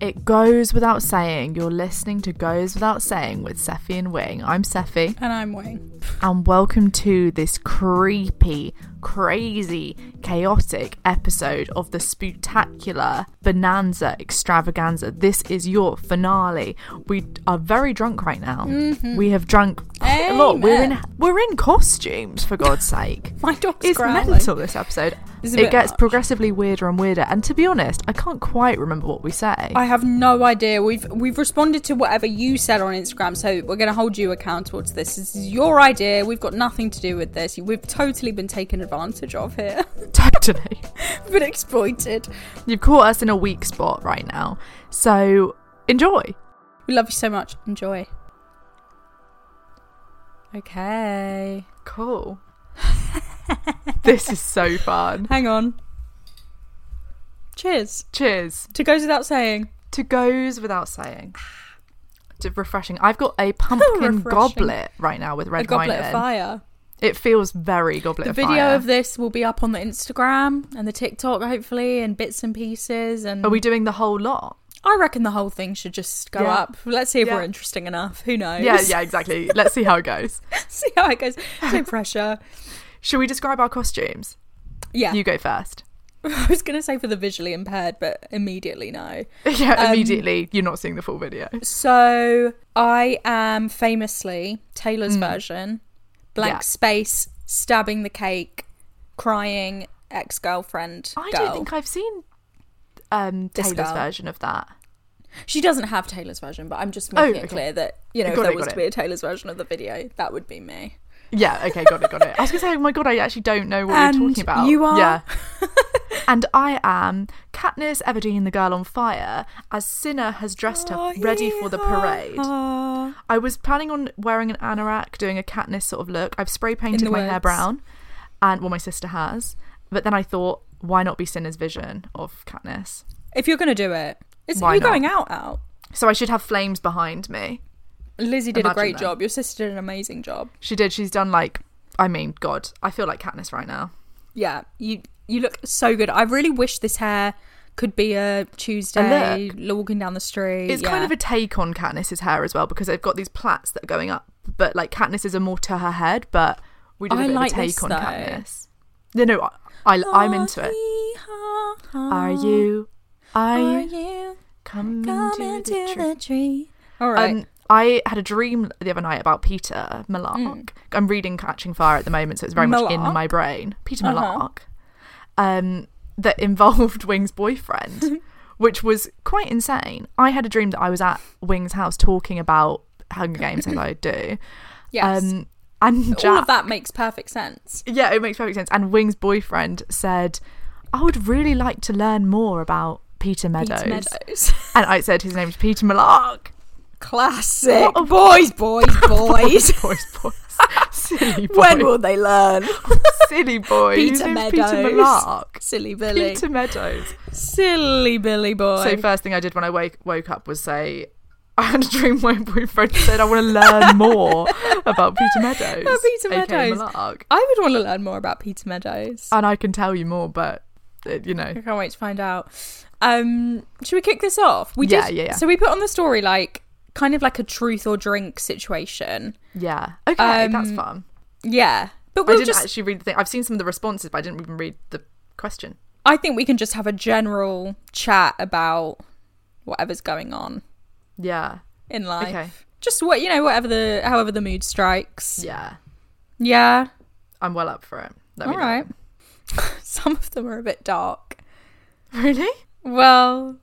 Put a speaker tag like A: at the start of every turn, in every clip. A: It goes without saying, you're listening to Goes Without Saying with Seffy and Wing. I'm Seffy,
B: And I'm Wayne.
A: and welcome to this creepy, crazy, chaotic episode of the spectacular Bonanza Extravaganza. This is your finale. We are very drunk right now. We have drunk a lot. We're in
B: Mm-hmm. Amen.
A: we're in costumes for God's sake.
B: My dog's
A: It's
B: growling.
A: mental this episode.
B: It's a
A: it
B: bit
A: gets
B: much.
A: progressively weirder and weirder. And to be honest, I can't quite remember what we say.
B: I have no idea. We've we've responded to whatever you said on Instagram, so we're going to hold you accountable to this. This is your idea. We've got nothing to do with this. We've totally been taken advantage of here.
A: totally.
B: We've been exploited.
A: You've caught us in a weak spot right now. So enjoy.
B: We love you so much. Enjoy. Okay.
A: Cool. this is so fun.
B: Hang on. Cheers.
A: Cheers.
B: To goes without saying.
A: To goes without saying. To refreshing. I've got a pumpkin
B: Refreshing.
A: goblet right now with red
B: a goblet
A: wine
B: of
A: in.
B: fire.
A: It feels very goblet
B: The
A: of
B: video
A: fire.
B: of this will be up on the Instagram and the TikTok, hopefully, and bits and pieces. And
A: Are we doing the whole lot?
B: I reckon the whole thing should just go
A: Yeah.
B: up. Let's see if
A: Yeah.
B: we're interesting enough. Who knows?
A: Yeah, yeah, exactly. Let's see how it goes.
B: see how it goes. No pressure.
A: Should we describe our costumes?
B: Yeah.
A: You go first.
B: I was going to say for the visually impaired, but immediately no.
A: yeah,
B: Um,
A: immediately. You're not seeing the full video.
B: So I am famously Taylor's version blank
A: Mm. Yeah.
B: space, stabbing the cake, crying ex girlfriend.
A: I don't think I've seen um,
B: This
A: Taylor's
B: girl.
A: version of that.
B: She doesn't have Taylor's version, but I'm just
A: Oh,
B: making
A: okay.
B: it clear that you know if
A: Got
B: there
A: it,
B: was
A: got
B: to
A: it.
B: be a Taylor's version of the video, that would be me.
A: Yeah, okay, got it, got it. I was gonna say, oh my god, I actually don't know what
B: And
A: we're talking about.
B: you are-
A: Yeah. and I am Katniss Everdeen, the girl on fire, as Cinna has dressed her ready for the parade. I was planning on wearing an anorak, doing a Katniss sort of look. I've spray painted
B: the
A: my hair
B: woods.
A: brown, and well, my sister has. But then I thought, why not be Cinna's vision of Katniss?
B: If you're gonna do it, it's
A: Why
B: you
A: not?
B: going out out.
A: So I should have flames behind me.
B: Lizzie did
A: Imagine
B: a great
A: that.
B: job. Your sister did an amazing job.
A: She did. She's done like, I mean, God, I feel like Katniss right now.
B: Yeah, you you look so good. I really wish this hair could be a Tuesday l- walking down the street.
A: It's kind of a take on Katniss's hair as well because they've got these plaits that are going up, but like Katniss's are more to her head. But we did a
B: I
A: bit
B: like
A: of a take
B: this,
A: on
B: though.
A: Katniss. No, no, I, I, am into it. Are you? Are,
B: Are
A: you
B: you
A: coming,
B: coming
A: to the,
B: to
A: truth?
B: the tree? All right.
A: Um, I had a dream the other night about Peter Malark. I'm reading Catching Fire at the moment, so it's very much in
B: Hmm. Malark?
A: my brain. Peter
B: Uh-huh.
A: Malark, um, that involved Wing's boyfriend, which was quite insane. I had a dream that I was at Wing's house talking about Hunger Games, as I do.
B: yes.
A: Um, and Jack,
B: All of that makes perfect sense.
A: yeah, it makes perfect sense. And Wing's boyfriend said, "I would really like to learn more about Peter Meadows."
B: Peter Meadows.
A: And I said his name's Peter Malark.
B: Classic.
A: What a-
B: boys, boys, boys.
A: boys, boys. Silly boys.
B: when will they learn?
A: Silly boys.
B: Peter
A: Who's
B: Meadows.
A: Peter Malark.
B: Silly Billy.
A: Peter Meadows.
B: Silly Billy boy.
A: So first thing I did when I wake, woke up was say, I had a dream my boyfriend said I want to learn more about Peter Meadows.
B: Oh, Peter
A: aka
B: Meadows.
A: Malark.
B: I would want to learn more about Peter Meadows.
A: And I can tell you more, but, uh, you know.
B: I can't wait to find out. Um, should we kick this off? We
A: Yeah,
B: did,
A: yeah, yeah.
B: So we put on the story like kind of like a truth or drink situation.
A: Yeah. Okay, that's
B: Um,
A: fun.
B: Yeah. But
A: I
B: we'll
A: didn't
B: just.
A: actually read the thing. I've seen some of the responses, but I didn't even read the question.
B: I think we can just have a general chat about whatever's going on
A: Yeah.
B: in life.
A: Okay.
B: Just what you know, whatever the however the mood strikes.
A: Yeah.
B: Yeah.
A: I'm well up for it. Let me
B: All
A: know.
B: right. Some of them are a bit dark.
A: Really?
B: Well.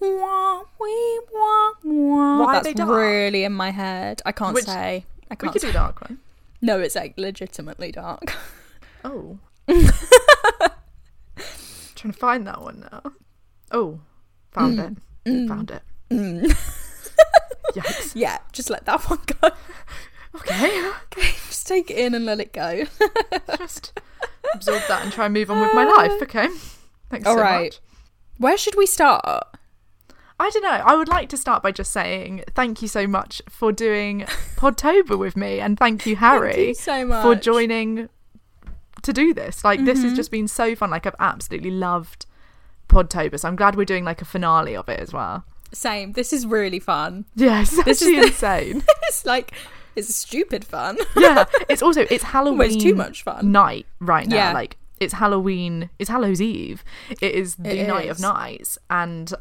B: Wah, wee, wah, wah.
A: Why are
B: That's
A: they dark?
B: really in my head. I can't
A: Which-
B: say. I
A: We
B: can't.
A: could do
B: say.
A: a dark one.
B: No, it's like legitimately dark.
A: Oh. trying to find that one now. Oh, found
B: Mm.
A: it. Found it. Yikes.
B: yeah, just let that one go.
A: Okay.
B: just take it in and let it go.
A: Just absorb that and try and move on with my
B: Uh.
A: life. Okay. Thanks
B: All
A: so
B: right.
A: much.
B: Where should we start?
A: I don't know. I would like to start by just saying thank you so much for doing Podtober with me, and thank you, Harry,
B: you so much. Mm-hmm.
A: for joining to do this. Like, this has just been so fun. Like, I've absolutely loved Podtober, so I'm glad we're doing like a finale of it as well.
B: Same. This is really fun.
A: Yes, it's
B: This
A: actually
B: is-
A: insane.
B: It's like it's stupid fun.
A: yeah, it's also it's Halloween.
B: Almost too much fun.
A: Night right now.
B: Yeah.
A: Like it's Halloween. It's Hallows Eve. It is the
B: It
A: night of
B: is.
A: nights, and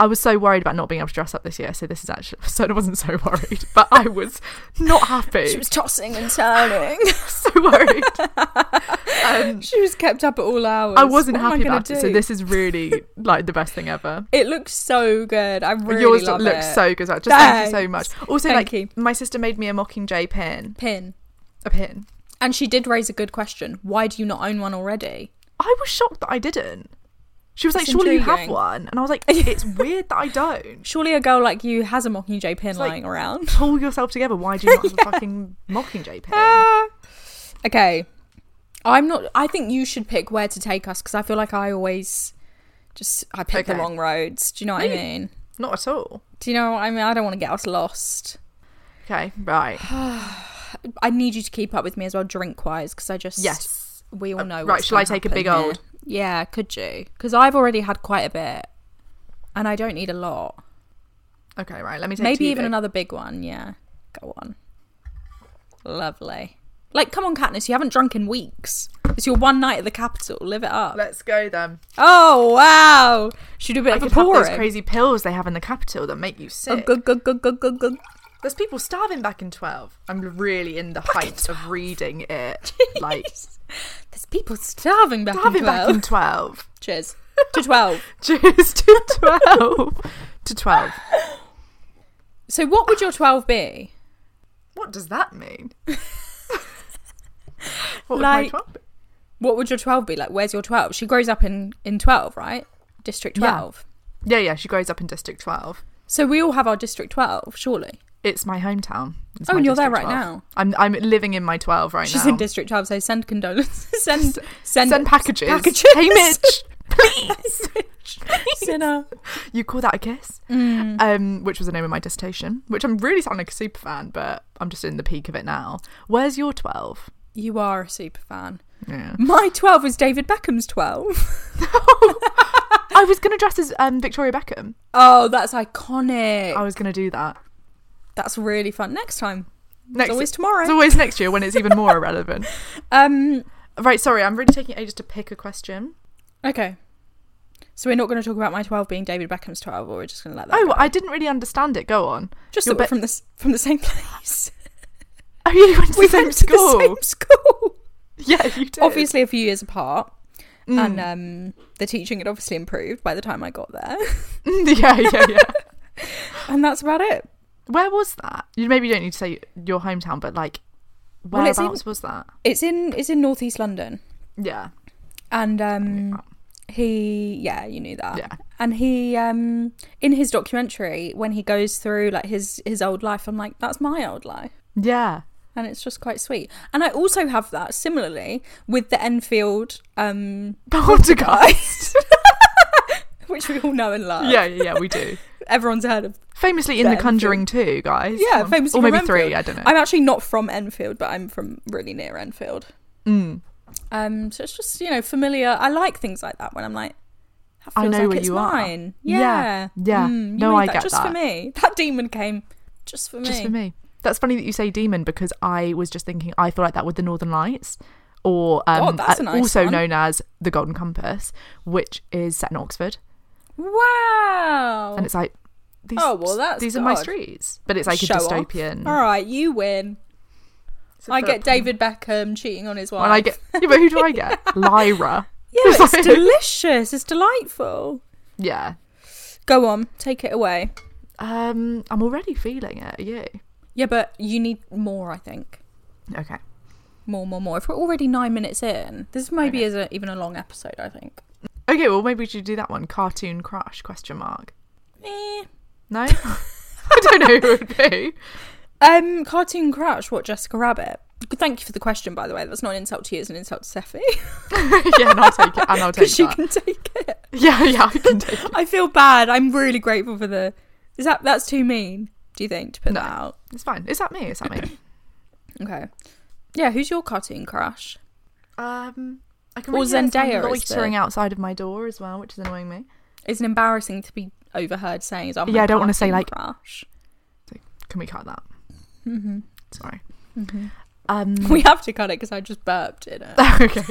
A: I was so worried about not being able to dress up this year. So this is actually so I wasn't so worried, but I was not happy.
B: She was tossing and turning.
A: so worried. Um,
B: she was kept up at all hours.
A: I wasn't
B: What am
A: happy
B: gonna
A: about it. So
B: do?
A: this is really like the best thing ever.
B: It looks so good. I really
A: Yours
B: love
A: looks
B: it.
A: so good. Just thank you so much.
B: Thanks.
A: Also, like
B: Thank you.
A: my sister made me a Mockingjay pin.
B: pin.
A: A pin.
B: And she did raise a good question. Why do you not own one already?
A: I was shocked that I didn't. She was like,
B: That's
A: "Surely you have
B: intriguing.
A: one," and I was like, "It's weird that I don't."
B: Surely a girl like you has a Mockingjay pin
A: like-
B: lying around.
A: Pull yourself together. Why do you not have a fucking Mockingjay pin?
B: Ah. okay. I'm not I think you should pick where to take us because I feel like I always just I pick the
A: Okay.
B: wrong roads. Do you know what I mean?
A: Not at all.
B: Do you know what I mean? I don't want to get us lost.
A: Okay, right.
B: I need you to keep up with me as well, drink wise, because I just
A: Yes. Uh,
B: we all know.
A: right,
B: what's
A: shall I
B: gonna
A: take a big
B: happen
A: old?
B: here. Yeah, could you? Because I've already had quite a bit, and I don't need a lot.
A: Okay, right. Let me take
B: Maybe
A: two
B: even
A: big-
B: another big one. Yeah, go on. Lovely. Like, come on, Katniss, you haven't drunk in weeks. It's your one night at the capital. Live it up.
A: Let's go then.
B: oh wow! Should do a bit
A: I
B: of a
A: could have
B: pouring.
A: those crazy pills they have in the capital that make you
B: Oh,
A: sick.
B: good, good, good, good, good, good.
A: There's people starving back in twelve. I'm really in the height of reading it. Like
B: There's people starving back
A: starving
B: in
A: back
B: twelve.
A: in twelve.
B: Cheers to twelve.
A: Cheers to twelve. to twelve.
B: So, what would your twelve be?
A: What does that mean? what would my
B: Like-
A: 12 be?
B: what would your 12 be like where's your 12 she grows up in in 12 right district
A: Yeah.
B: 12
A: Yeah, yeah, she grows up in District 12.
B: so we all have our district 12 surally
A: It's my hometown. It's
B: Oh,
A: my
B: and you're there
A: District
B: right
A: 12.
B: now.
A: I'm I'm living in my 12 right
B: she's
A: now.
B: in district 12 so send condolences send send,
A: Send packages.
B: packages
A: Hey, Mitch. Please.
B: Sinner.
A: you call that a kiss?
B: Mm.
A: Um, which was the name of my dissertation, which I'm really sounding like a super fan, but I'm just in the peak of it now. Where's your 12?
B: you are a super fan
A: Yeah.
B: my 12 was david beckham's 12
A: I was going to dress as um, Victoria Beckham.
B: oh that's iconic
A: I was going to do that.
B: that's really fun next time
A: Next,
B: always tomorrow.
A: It's always next year when it's even more irrelevant.
B: um
A: Right, sorry, I'm really taking ages to pick a question.
B: okay so we're not going to talk about my 12 being david beckham's 12 or we're just going to let that
A: Oh,
B: go.
A: I didn't really understand it. Go on.
B: just
A: Your
B: that we're
A: be-
B: from this from the same place
A: Oh, yeah, you went to
B: we
A: the same
B: went to
A: school.
B: the same school
A: Yeah, you did.
B: obviously a few years apart and um the teaching had obviously improved by the time i got there
A: Mm, yeah, yeah, yeah.
B: and that's about it
A: Where was that? You maybe you don't need to say your hometown, but like
B: Well, it's
A: whereabouts
B: in-
A: was that?
B: it's in it's in northeast london
A: Yeah.
B: and um he yeah you knew that
A: Yeah.
B: and he um in his documentary when he goes through like his his old life i'm like that's my old life
A: Yeah.
B: and it's just quite sweet and i also have that similarly with the enfield um
A: Poltergeist.
B: which we all know and love
A: yeah, yeah, yeah, we do.
B: everyone's heard of
A: Famously in
B: The
A: The Conjuring 2, guys.
B: yeah
A: Come on.
B: famously
A: Or
B: from
A: maybe
B: Enfield.
A: 3, I don't know.
B: i'm actually not from enfield but i'm from really near enfield
A: Mm.
B: Um, so it's just you know familiar. I like things like that when I'm like, that
A: I
B: feels
A: know
B: like
A: where
B: it's
A: you are.
B: mine.
A: Yeah,
B: Yeah,
A: yeah.
B: Mm, you
A: No,
B: made
A: I
B: that
A: get
B: just for
A: that.
B: me. That demon came just for me.
A: Just for me. That's funny that you say demon because I was just thinking I feel like that with the Northern Lights, or um,
B: Oh, that's a nice
A: also
B: one.
A: known as the Golden Compass, which is set in Oxford,
B: Wow.
A: and it's like these.
B: Oh, well, that's
A: these are my
B: good.
A: streets, but it's like
B: Show
A: a
B: off.
A: dystopian.
B: All right, you win.
A: It's a
B: I
A: Philip
B: get David Beckham cheating on his wife.
A: Well, I get. Yeah, but who do I get? Lyra.
B: Yeah, it's
A: like-
B: delicious. It's delightful.
A: Yeah.
B: Go on, take it away.
A: Um, I'm already feeling it. Are you?
B: Yeah, but you need more, I think.
A: Okay.
B: More, more, more. If we're already nine minutes in, this maybe is a, even a long episode, I think.
A: Okay. Well, maybe we should do that one. Cartoon crush? Question mark.
B: Eh.
A: No. I don't know who it would be.
B: Um, Cartoon Crush, what, Jessica Rabbit? Thank you for the question, by the way. That's not an insult to you, it's an insult to Seffi.
A: yeah, and I'll take it. And I'll take
B: Because she
A: that.
B: can take it.
A: Yeah, yeah, I can take it.
B: I feel bad. I'm really grateful for the. Is that that's too mean? Do you think to put
A: No.
B: that out?
A: It's fine. Is that me? Is that me?
B: Okay. Yeah, who's your cartoon crush?
A: Um, I can.
B: Or
A: really sense I'm
B: Zendaya is the-
A: loitering outside of my door as well, which is annoying me.
B: It's embarrassing to be overheard saying. Is "Oh,
A: Yeah, I don't wanna say, like-
B: crush.
A: So can we cut that? Mm-hmm. Sorry. Um.
B: Mm-hmm. We have to cut it because I just burped in it.
A: okay.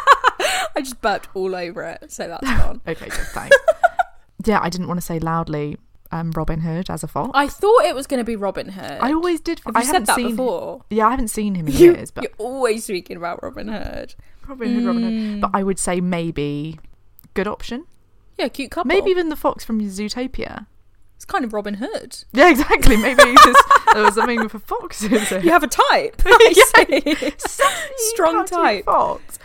B: I just burped all over it, so that's gone.
A: Okay. Good. Thanks. yeah, I didn't want to say loudly. Um, Robin Hood as a fault.
B: I thought it was going to be Robin Oh, Hood.
A: I always did.
B: Have
A: I
B: you said
A: haven't
B: that
A: seen,
B: before?
A: Yeah, I haven't seen him in
B: You,
A: years, but
B: are always speaking about Robin Hood.
A: Robin Hood, Robin Hood. But I would say maybe good option.
B: Yeah, cute couple.
A: Maybe even the fox from Zootopia.
B: it's kind of Robin Hood.
A: Yeah, exactly. Maybe this, there was something for foxes.
B: You have a type. I see. Strong type.
A: Fox.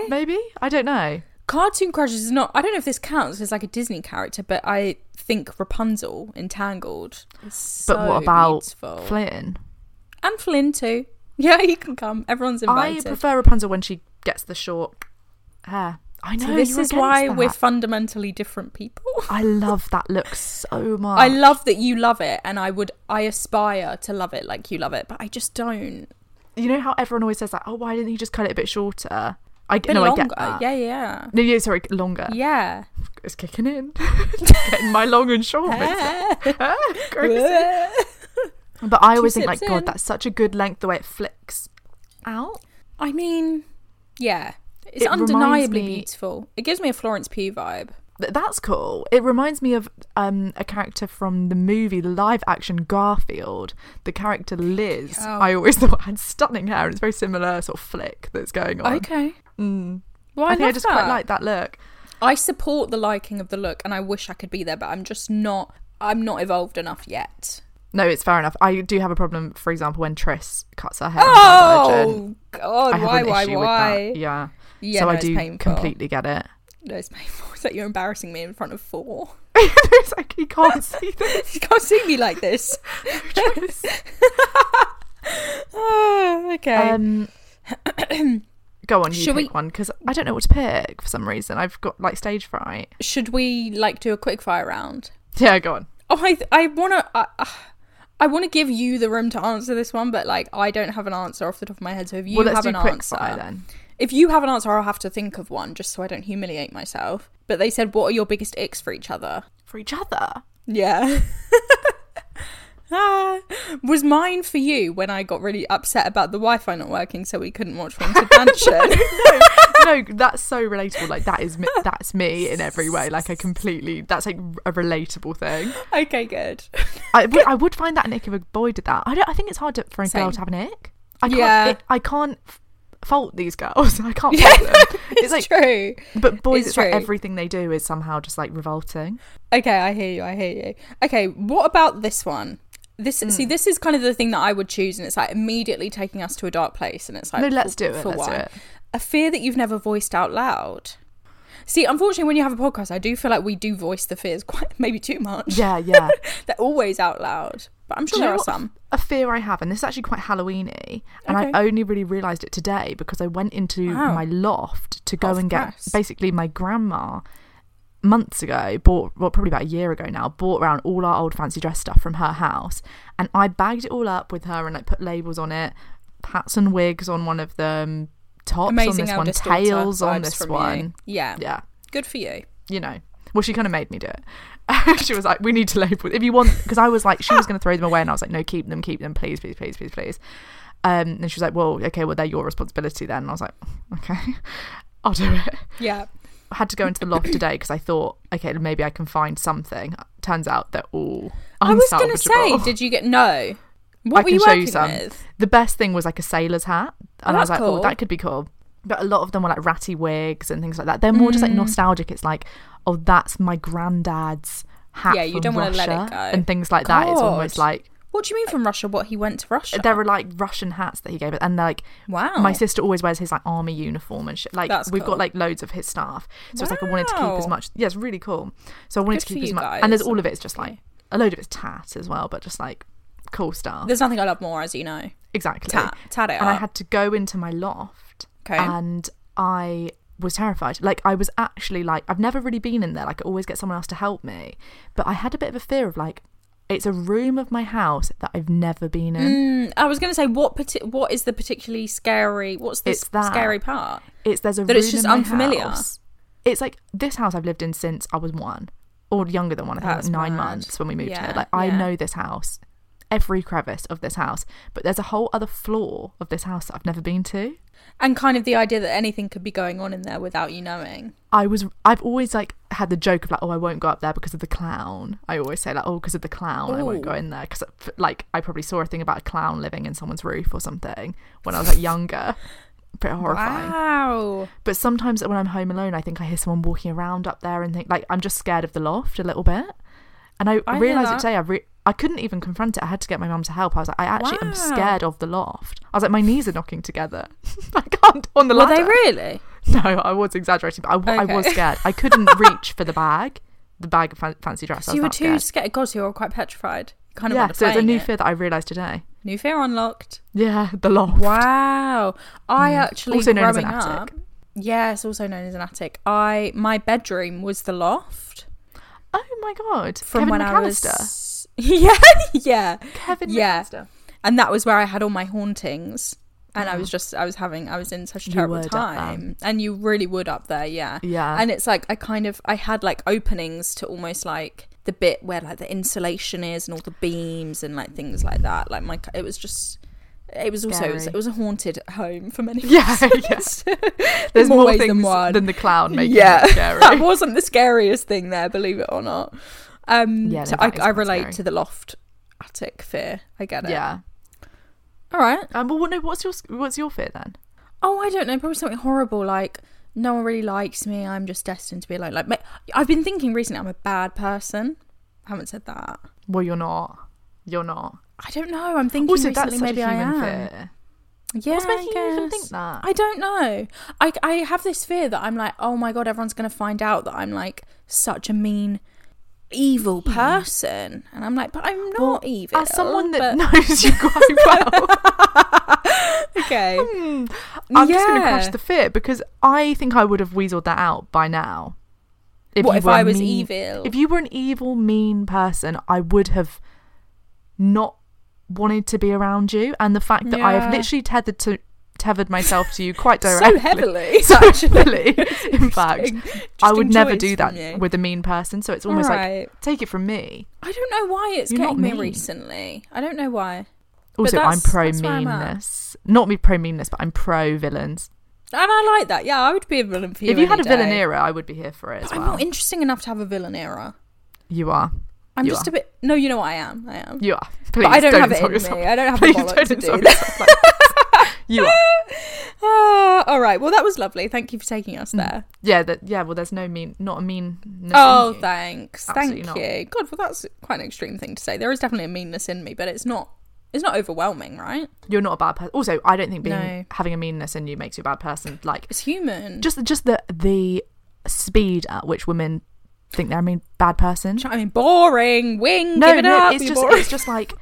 A: But maybe I don't know.
B: Cartoon crushes is not. I don't know if this counts as like a Disney character, but I think Rapunzel entangled. Is
A: But
B: so
A: what about
B: beautiful.
A: Flynn?
B: and Flynn too? Yeah, he can come. Everyone's
A: I
B: invited.
A: prefer Rapunzel when she gets the short hair. I know.
B: So this
A: you're
B: is
A: against
B: why
A: that. Ah.
B: we're fundamentally different people.
A: I love that look so much.
B: I love that you love it, and I would. I aspire to love it like you love it, but I just don't.
A: You know how everyone always says like, oh, why didn't he just cut it a bit shorter? I
B: Bit
A: no,
B: longer.
A: I get that.
B: Yeah, yeah,
A: No, yeah, sorry, longer.
B: yeah.
A: It's kicking in. Getting my long and short. mixed up. Crazy. But I always think, like,
B: sips in.
A: God, that's such a good length the way it flicks out.
B: I mean, yeah. It's
A: It reminds
B: undeniably
A: me-
B: beautiful. It gives me a Florence Pugh vibe.
A: Th- That's cool. It reminds me of um, a character from the movie, the live action Garfield. The character Liz,
B: Oh.
A: I always thought had stunning hair, and it's very similar sort of flick that's going on.
B: Okay.
A: Oh. Mm.
B: Well, I,
A: I, think I
B: love
A: just
B: that.
A: quite like that look.
B: I support the liking of the look, and I wish I could be there, but I'm just not. I'm not evolved enough yet.
A: No, it's fair enough. I do have a problem, for example, when Tris cuts her hair. in Divergent.
B: Oh God!
A: um, I have
B: Why?
A: an
B: Why?
A: issue with that.
B: Why?
A: Yeah.
B: Yeah,
A: so
B: no,
A: I
B: it's
A: do
B: painful.
A: completely get it.
B: No, it's painful. It's like you're embarrassing me in front of four.
A: it's like he can't see this.
B: You can't see me like this. Ah, okay.
A: Um, go on, you
B: Should
A: pick
B: we-
A: one because I don't know what to pick for some reason. I've got like stage fright.
B: Should we like do a quick fire round?
A: Yeah, go on.
B: Oh, I I want to I, uh, I want to give you the room to answer this one, but like I don't have an answer off the top of my head. So if you
A: well, let's
B: have
A: do
B: an
A: quick
B: answer,
A: fire then.
B: if you have an answer, I'll have to think of one just so I don't humiliate myself. But they said, "What are your biggest icks for each other?"
A: For each other.
B: Yeah. Ah, was mine for you when I got really upset about the Wi-Fi not working, so we couldn't watch Haunted Mansion.
A: no, that's so relatable. Like that is me, that's me in every way. Like I completely. That's like a relatable thing.
B: okay, good.
A: I would, I would find that an ick if a boy did that. I don't. I think it's hard to, for a
B: Same.
A: girl to have an ick. I can't,
B: Yeah.
A: it- I can't f- fault these girls. I can't fault them.
B: It's, true.
A: But boys,
B: It's
A: it's, like
B: true.
A: everything they do is somehow just like revolting.
B: Okay, I hear you. I hear you. Okay, what about this one? This
A: Hmm.
B: see, this is kind of the thing that I would choose, and it's like immediately taking us to a dark place, and it's like
A: No, let's
B: for-
A: do it,
B: for
A: let's do
B: one.
A: it.
B: A fear that you've never voiced out loud. See, unfortunately, when you have a podcast, I do feel like we do voice the fears quite maybe too much.
A: Yeah, yeah.
B: They're always out loud, but I'm
A: Do
B: sure
A: you
B: there
A: know
B: are
A: what
B: some.
A: A fear I have, and this is actually quite Halloweeny, and
B: Okay.
A: I only really realised it today because I went into
B: Wow.
A: my loft to go
B: Of
A: and get
B: course.
A: basically my grandma months ago bought well probably about a year ago now bought around all our old fancy dress stuff from her house and I bagged it all up with her and like put labels on it hats and wigs on one of them tops
B: Amazing
A: on this
B: eldest
A: one
B: daughter
A: tails on
B: vibes
A: this
B: from you.
A: one
B: Yeah.
A: yeah
B: good for you.
A: you know well she kind of made me do it she was like, "We need to label if you want." Because I was like, she was going to throw them away, and I was like, "No, keep them, keep them, please, please, please, please, please." Um, and she was like, "Well, okay, well they're your responsibility then." And I was like, "Okay, I'll do it."
B: Yeah.
A: I had to go into the loft today because I thought, okay, maybe I can find something. Turns out they're all.
B: I was going to say,
A: unsalvageable.
B: did you get no? What
A: I
B: were
A: can
B: you
A: show
B: working
A: you some.
B: with?
A: The best thing was like a sailor's hat, and I was
B: that's
A: like,
B: cool.
A: oh, that could be cool. But a lot of them were like ratty wigs and things like that. They're more just like
B: Mm.
A: nostalgic. It's like, oh, that's my granddad's hat.
B: Yeah, you
A: from
B: don't wanna let it
A: Russia,"
B: go.
A: and things like that. It's almost
B: God.
A: like
B: What do you mean from Russia? What he went to Russia?
A: there were like Russian hats that he gave us, and like
B: Wow.
A: my sister always wears his like army uniform and shit. Like
B: That's
A: we've
B: cool.
A: got like loads of his stuff, so it's like I wanted to keep as
B: Wow.
A: much. Yeah, it's really cool. So I wanted to
B: Good for
A: keep as
B: you
A: much, and there's
B: guys.
A: all of it's just like a load of it's tat as well, but just like cool stuff.
B: There's nothing I love more, as you know.
A: exactly
B: Tat, tat it
A: and I
B: up.
A: had to go into my loft.
B: Okay.
A: And I was terrified. Like I was actually like I've never really been in there. Like I always get someone else to help me, but I had a bit of a fear of like it's a room of my house that I've never been in.
B: Mm, I was going to say what parti- what is the particularly scary? What's the
A: It's
B: s-
A: that.
B: scary part?
A: It's there's a
B: That
A: room
B: it's just
A: in my
B: unfamiliar.
A: house. It's like this house I've lived in since I was one or younger than one. I think
B: That's
A: like nine
B: mad.
A: months when we moved
B: Yeah,
A: here. Like I
B: yeah.
A: know this house, every crevice of this house, but there's a whole other floor of this house that I've never been to.
B: And kind of the idea that anything could be going on in there without you knowing.
A: I was I've always like had the joke of like oh I won't go up there because of the clown. I always say like oh because of the clown I won't go
B: Ooh.
A: in there because like I probably saw a thing about a clown living in someone's roof or something when I was like younger. Bit horrifying.
B: Wow.
A: But sometimes when I'm home alone, I think I hear someone walking around up there and think like I'm just scared of the loft a little bit. And I,
B: I hear
A: realized
B: that.
A: it today. I re- I couldn't even confront it. I had to get my mum to help. I was like, I actually am
B: Wow.
A: scared of the loft. I was like, my knees are knocking together. I can't on the
B: Were
A: ladder.
B: they really?
A: No, I was exaggerating, but I, w- I was
B: Okay.
A: scared. I couldn't reach for the bag, the bag of fan- fancy dress. I
B: So
A: was
B: you were
A: that
B: too
A: scared.
B: scared. God, so you were quite petrified. You Kind of
A: yeah, so it's a
B: underplaying
A: new
B: it.
A: fear that I realised today.
B: New fear unlocked.
A: Yeah, the loft.
B: Wow. I actually
A: Also known as
B: growing
A: an
B: up.
A: attic.
B: Yes, also known as an attic. I my bedroom was the loft
A: Oh my god,
B: from
A: Kevin
B: when
A: McAllister.
B: I was. Yeah, yeah.
A: Kevin
B: Yeah.
A: McAllister.
B: and that was where I had all my hauntings. And I was just, I was having, I was in such
A: Oh.
B: a
A: You
B: terrible
A: would up
B: time. And you really would up there, yeah.
A: Yeah.
B: And it's like, I kind of, I had like openings to almost like the bit where like the insulation is and all the beams and like things like that. Like my, it was just, it was also, it was,
A: Scary.
B: it was a haunted home for many
A: Yeah,
B: reasons.
A: There's
B: More
A: more,
B: ways
A: things
B: than
A: than,
B: one.
A: the clown making
B: yeah.
A: it scary.
B: that wasn't the scariest thing there, believe it or not. Um,
A: Yeah, no,
B: so I,
A: that is
B: I
A: quite
B: relate
A: scary.
B: to the loft attic fear. I get it.
A: yeah.
B: All right.
A: Um, well, no, what's your what's your fear then?
B: oh i don't know probably something horrible like no one really likes me i'm just destined to be alone like ma- i've been thinking recently i'm a bad person i haven't said that
A: Well, you're not. You're not.
B: i don't know i'm thinking
A: Also, that's
B: recently
A: such
B: maybe
A: a
B: i
A: human
B: am
A: fear.
B: yeah
A: What's making
B: I
A: you even
B: guess.
A: think that?
B: i don't know I, I have this fear that i'm like oh my god everyone's gonna find out that i'm like such a mean evil person and i'm like but i'm not
A: Well,
B: evil
A: As someone that
B: but-
A: knows you quite well,
B: okay
A: I'm just going to
B: Yeah.
A: crush the fear because I think I would have weaseled that out by now.
B: What,
A: you
B: if
A: were
B: I was
A: mean-
B: evil?
A: If you were an evil, mean person, I would have not wanted to be around you. And the fact that I have
B: Yeah.
A: literally tethered to tethered myself to you quite directly,
B: so heavily
A: so
B: actually.
A: heavily, in fact,
B: Interesting
A: I would never
B: choice
A: do
B: from
A: that
B: you.
A: with a mean person. So it's almost like
B: Alright.
A: take it from me.
B: I don't know why it's
A: You're not
B: getting me
A: mean.
B: recently. I don't know why.
A: Also, I'm
B: that's-
A: pro
B: that's where I'm at.
A: meanness. Not me pro meanness, but I'm pro villains.
B: And I like that. Yeah, I would be a villain for you.
A: if you had a
B: any
A: villain
B: day.
A: era, I would be here for it as
B: But I'm
A: well.
B: not interesting enough to have a villain era.
A: you are.
B: I'm
A: You
B: just
A: are.
B: a bit. No, you know what I am. I am.
A: You are. Please,
B: But I don't have it
A: insult
B: in me. I don't have the
A: Please
B: bollocks
A: don't
B: to do
A: insult
B: that.
A: yourself like that. you are.
B: Ah, all right. Well, that was lovely. Thank you for taking us
A: Mm.
B: there.
A: Yeah, that. Yeah. Well, there's no mean. Not a mean.
B: Oh, thanks.
A: Absolutely
B: Thank
A: not.
B: you. God, well, that's quite an extreme thing to say. There is definitely a meanness in me, but it's not. It's not overwhelming, right?
A: You're not a bad person. Also, I don't think being
B: No.
A: having a meanness in you makes you a bad person. Like
B: It's human.
A: just just the the speed at which women think they're a mean bad person.
B: I mean, boring. Wing.
A: No,
B: give it
A: no.
B: up.
A: it's
B: you're
A: just
B: boring.
A: it's just like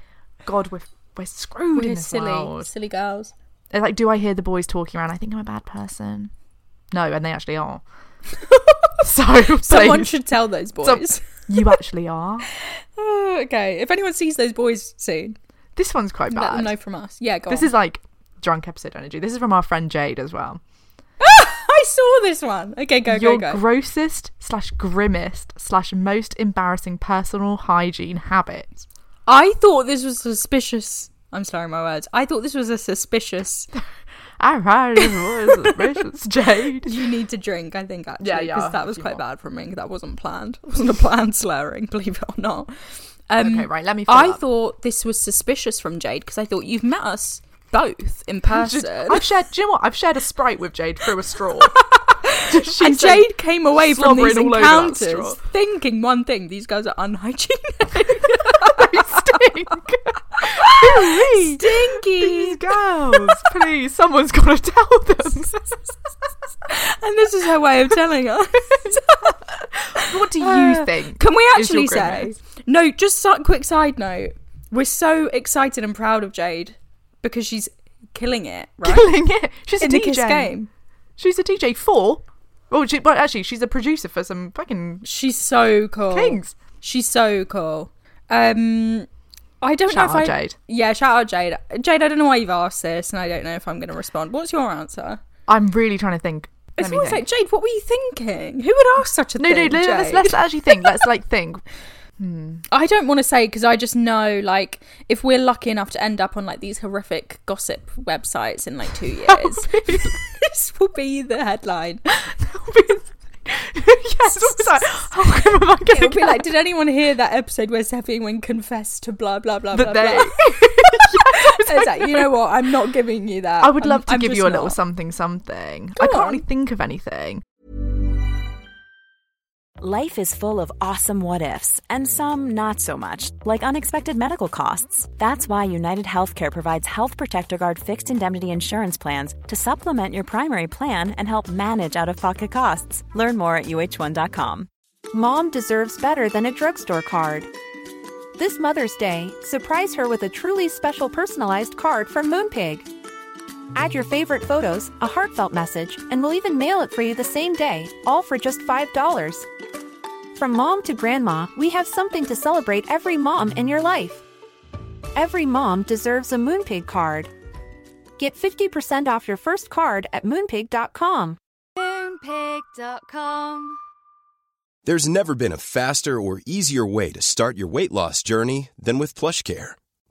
A: God. We're we're screwed in
B: We're
A: this
B: silly,
A: world.
B: silly girls.
A: It's like, do I hear the boys talking around? I think I'm a bad person. No, and they actually are. so
B: Someone
A: please,
B: should tell those
A: some-
B: boys.
A: you actually are.
B: Oh, okay. If anyone sees those boys soon,
A: This one's quite
B: let them
A: bad.
B: know from us. Yeah, go
A: This
B: on.
A: is like drunk episode energy. This is from our friend Jade as well.
B: I I saw this one. Okay, go,
A: Your
B: go, go.
A: grossest slash grimmest slash most embarrassing personal hygiene habit.
B: I thought this was suspicious. I'm sorry, my words. I thought this was a suspicious.
A: All right, it was Jade.
B: You need to drink. I think actually,
A: Yeah, yeah,
B: because that was
A: you
B: quite
A: are.
B: bad for me. That wasn't planned. It wasn't a planned slurring, believe it or not. Um,
A: Okay, right, let me fill
B: I
A: up.
B: thought this was suspicious from Jade because I thought you've met us both in person.
A: I've shared. Do you know what? I've shared a sprite with Jade through a straw. She
B: and
A: said-
B: Jade came away from
A: slobbering
B: these
A: all over that
B: encounters
A: straw.
B: thinking one thing: these guys are unhygienic,
A: They stink. Ooh-wee.
B: stinky.
A: These girls, please, someone's got to tell them.
B: and this is her way of telling us.
A: What do you
B: Uh,
A: think?
B: Can we
A: is your
B: actually say?
A: grimace?
B: No, just a quick side note. We're so excited and proud of Jade because she's killing it, right?
A: Killing it. She's
B: In
A: a
B: the
A: DJ.
B: Kiss game.
A: She's a DJ for. Well, she, well, actually, she's a producer for some fucking
B: She's so cool.
A: kings.
B: She's so cool. Um I don't
A: Shout
B: know if
A: out
B: I
A: Jade.
B: Yeah, shout out Jade. Jade, I don't know why you've asked this and I don't know if I'm gonna respond. What's your answer?
A: I'm really trying to think. Let
B: It's
A: me
B: always
A: think.
B: like Jade, what were you thinking? Who would ask such a
A: no, no,
B: thing?
A: no. Let's
B: Jade?
A: let's actually think. Let's like think.
B: I don't want to say because I just know, like, if we're lucky enough to end up on like these horrific gossip websites in like two
A: Oh,
B: years, this will be the headline.
A: yes, it's always like, how come am I going
B: It'll
A: to
B: be like, did anyone hear that episode where Seth Wing confessed to blah blah blah blah
A: But they,
B: blah? It's like, you know what? I'm not giving you that.
A: I would
B: I'm-
A: love to
B: I'm
A: give
B: just
A: you a little
B: not.
A: something, something. I can't really
B: on.
A: think of anything.
C: Life is full of awesome what ifs and some not so much, like unexpected medical costs. That's why United Healthcare provides Health Protector Guard fixed indemnity insurance plans to supplement your primary plan and help manage out of pocket costs. Learn more at uh1.com. Mom deserves better than a drugstore card. This Mother's Day, surprise her with a truly special personalized card from Moonpig. Add your favorite photos, a heartfelt message, and we'll even mail it for you the same day, all for just $5. From mom to grandma, we have something to celebrate every mom in your life. Every mom deserves a Moonpig card. Get 50% off your first card at moonpig.com.
D: Moonpig.com.
E: There's never been a faster or easier way to start your weight loss journey than with PlushCare.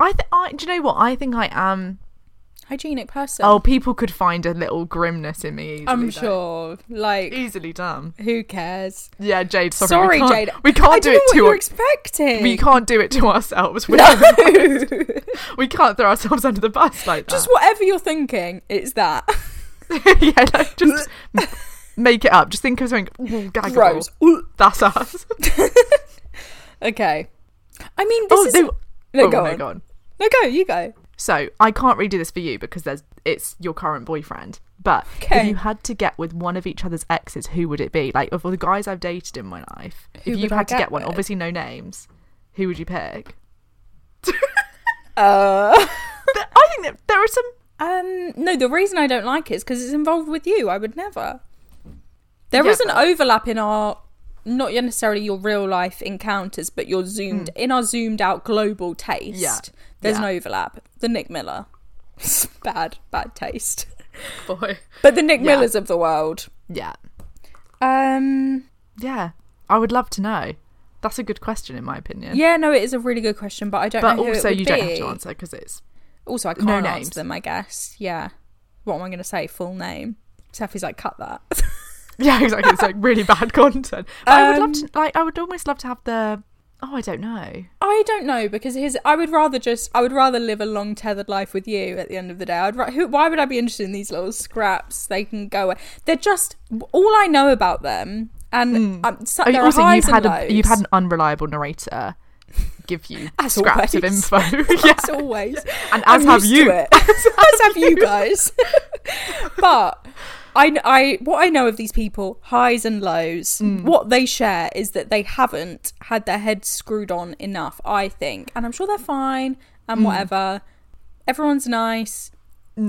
A: I, th- I do you know what? I think I am.
B: hygienic person.
A: Oh, people could find a little grimness in me. Easily,
B: I'm
A: though.
B: sure. Like,
A: Easily done.
B: who cares?
A: Yeah, Jade. Sorry,
B: Sorry,
A: we can't,
B: Jade.
A: We can't
B: I
A: do it
B: don't know what
A: to
B: you're
A: ourselves.
B: expecting.
A: We can't do it to ourselves. We,
B: No.
A: we can't throw ourselves under the bus like that.
B: Just whatever you're thinking, it's that.
A: yeah, like, just m- make it up. Just think of something ooh, gaggable.
B: Gross. Ooh.
A: That's us.
B: Okay. I mean, this
A: oh,
B: is.
A: they-
B: No,
A: oh,
B: go
A: no,
B: on.
A: go on.
B: No, go. You go.
A: So I can't really do this for you because there's it's your current boyfriend. But if
B: Okay.
A: you had to get with one of each other's exes, who would it be? Like of all the guys I've dated in my life,
B: Who
A: if you
B: would I
A: had to
B: get
A: get one,
B: with?
A: obviously no names, who would you pick?
B: Uh.
A: But I think that there are some.
B: um. No, the reason I don't like it is because it's involved with you. I would never. There
A: Yeah,
B: is an
A: but-
B: overlap in our, not yet necessarily your real life encounters, but your zoomed in our zoomed out global taste.
A: Hmm. Yeah.
B: There's
A: Yeah.
B: an overlap. The Nick Miller, bad, bad taste.
A: Boy.
B: But the Nick
A: Yeah.
B: Millers of the world.
A: Yeah,
B: Um.
A: yeah. I would love to know. That's a good question, in my opinion.
B: Yeah. No, it is a really good question, but I don't.
A: But
B: know who it
A: also,
B: would
A: you don't have
B: be.
A: to answer because it's
B: Also, I can't
A: No
B: answer
A: names.
B: them. I guess. Yeah. What am I going to say? Full name. Steph is like, cut that.
A: yeah, exactly. It's like really bad content. But I would
B: Um,
A: love to like. I would almost love to have the. Oh, I don't know.
B: I don't know because his. I would rather just. I would rather live a long tethered life with you. At the end of the day, I'd. ra- Who, why would I be interested in these little scraps? They can go. away. They're just all I know about them, and um, so,
A: I mean, Hmm.
B: there
A: Oh, also,
B: are highs
A: you've had
B: and
A: a,
B: lows.
A: you've had an unreliable narrator give you
B: As
A: scraps of
B: always.
A: info, yeah.
B: as always,
A: and
B: I'm
A: as have
B: used to
A: you.
B: it. as have you guys. but I, I, what I know of these people, highs and lows, what they share is that they haven't had their heads screwed on enough, I think. And I'm sure they're fine and whatever. Everyone's nice,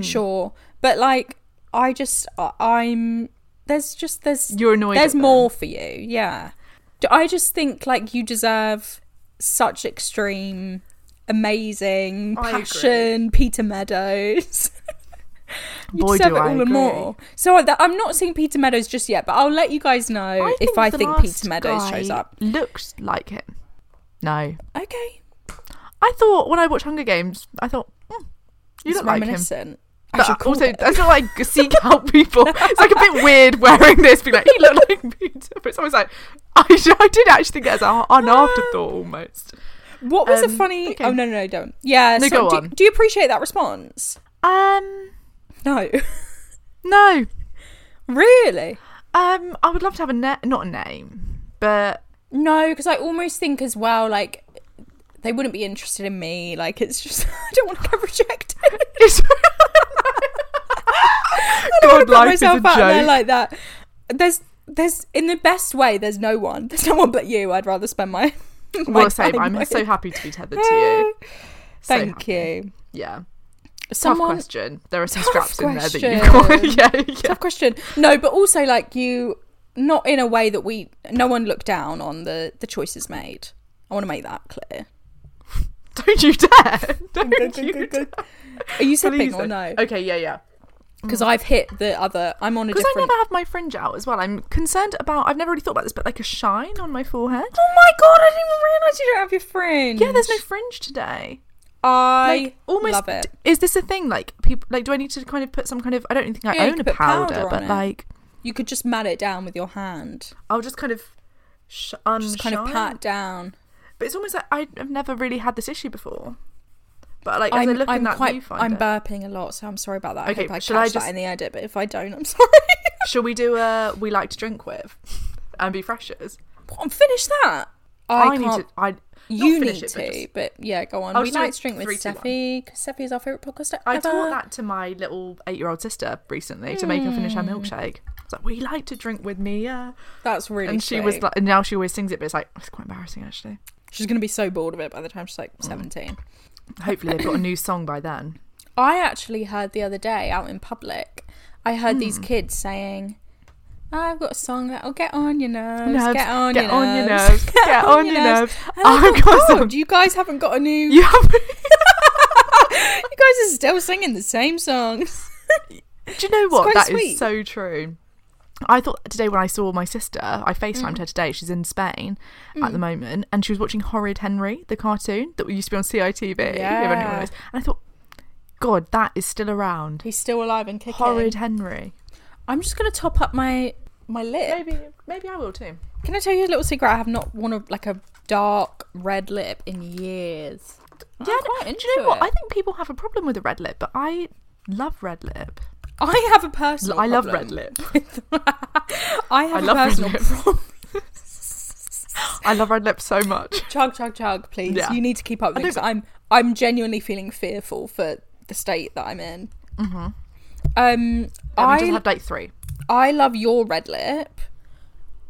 B: sure. But like, I just, I- I'm, there's just, there's,
A: You're annoyed
B: There's
A: at them.
B: more for you, yeah. Do- I just think like you deserve such extreme, amazing
A: I agree.
B: passion, Peter Meadows. You
A: Boy,
B: deserve
A: do
B: it
A: I
B: all and
A: agree.
B: more. So I, that, I'm not seeing Peter Meadows just yet, but I'll let you guys know if I
A: the
B: think
A: last
B: Peter Meadows shows
A: guy
B: up.
A: Looks like him. No.
B: Okay,
A: I thought when I watched Hunger Games, I thought, hmm, you
B: it's
A: look like him.
B: reminiscent. I should
A: But
B: call
A: also, uh,
B: it.
A: I feel like seek out people. It's like a bit weird wearing this, being like, he looked like Peter. But it's always like, I, I did actually think that as a, an afterthought almost.
B: What was a
A: um,
B: funny?
A: okay.
B: Oh no, no, no, don't. Yeah,
A: No,
B: so
A: go
B: do,
A: on.
B: do you appreciate that response?
A: Um,
B: No,
A: no.
B: really.
A: Um, I would love to have a na- not a name, but
B: No, because I almost think as well, like they wouldn't be interested in me. Like it's just I don't want to get rejected.
A: it's God,
B: Put myself out there like that. There's, there's in the best way. There's no one. There's no one but you. I'd rather spend my. my
A: well, same.
B: time
A: I'm
B: with.
A: so happy to be tethered to you. So
B: Thank
A: happy.
B: you.
A: Yeah.
B: Someone.
A: tough question. There are some
B: Tough
A: scraps in there that
B: question.
A: you've got. yeah, yeah.
B: Tough question. No, but also like you, not in a way that we. No one looked down on the the choices made. I want to make that clear.
A: Don't you dare. Don't you dare.
B: Are you sipping
A: Please
B: or
A: don't.
B: no?
A: Okay, yeah, yeah.
B: Because I've hit the other. I'm on a
A: Because
B: different.
A: I never have my fringe out as well. I'm concerned about. I've never really thought about this, but like a shine on my forehead.
B: Oh my god, I didn't even realise you don't have your fringe.
A: Yeah, there's no fringe today.
B: I
A: Like almost.
B: love it.
A: Is this a thing? Like people. Like, do I need to kind of put some kind of? I don't think I
B: Yeah, you
A: own
B: could
A: a
B: put
A: powder,
B: powder on
A: but
B: it.
A: like
B: You could just mat it down with your hand.
A: I'll just kind of. Sh- unshine.
B: Just kind of pat down.
A: But it's almost like I- I've never really had this issue before. But like as i
B: I'm,
A: look in
B: I'm
A: that
B: quite.
A: viewfinder,
B: I'm burping a lot, so I'm sorry about that. I
A: Okay,
B: hope I catch
A: shall I
B: that
A: just-
B: in the edit, but if I don't, I'm sorry.
A: Shall we do a we like to drink with and be freshers?
B: What, Finish that. I,
A: need
B: can't.
A: to. I not
B: you
A: finish
B: need
A: it,
B: to,
A: but
B: but,
A: just-
B: yeah, go on.
A: I'll
B: we
A: just do
B: like
A: it
B: to drink with
A: three, two, one.
B: Steffi because Steffi is our favourite podcast ever.
A: I taught that to my little eight-year-old sister recently to make her finish her milkshake. It's like we like to drink with Mia,
B: That's really.
A: and she was
B: sweet.
A: like, and now she always sings it, but it's like it's quite embarrassing actually.
B: she's gonna be so bored of it by the time she's like
A: Mm.
B: 17.
A: Hopefully they've got a new song by then.
B: I actually heard the other day out in public, I heard
A: Hmm.
B: these kids saying, I've got a song that'll get on your nerves,
A: Nerves,
B: get on
A: get
B: your
A: on your
B: nerves,
A: nerves, get on your nerves.
B: And I
A: I've
B: thought,
A: got
B: God,
A: some-
B: You guys haven't got a new.
A: You have.
B: You guys are still singing the same songs.
A: Do you know what?
B: quite
A: That is
B: sweet.
A: so true. I thought today when I saw my sister, I FaceTimed her today. She's in Spain at the moment, and she was watching Horrid Henry, the cartoon that used to be on CITV. if anyone
B: Yeah.
A: knows. And I thought, God, that is still around.
B: He's still alive and kicking.
A: Horrid Henry.
B: I'm just gonna top up my my lip.
A: maybe I will too.
B: Can I tell you a little secret? I have not worn a, like a dark red lip in years.
A: Yeah,
B: I'm quite
A: do you
B: into
A: know what?
B: it.
A: I think people have a problem with a red lip, but I love red lip.
B: I have a personal.
A: I love
B: problem.
A: red lip.
B: I have a
A: love red
B: personal
A: lip.
B: problem.
A: I love red lip so much.
B: chug chug chug please
A: Yeah.
B: you need to keep up with
A: I
B: me
A: know,
B: 'cause
A: but-
B: i'm i'm genuinely feeling fearful for the state that i'm in um
A: I
B: i
A: just had like three.
B: i love your red lip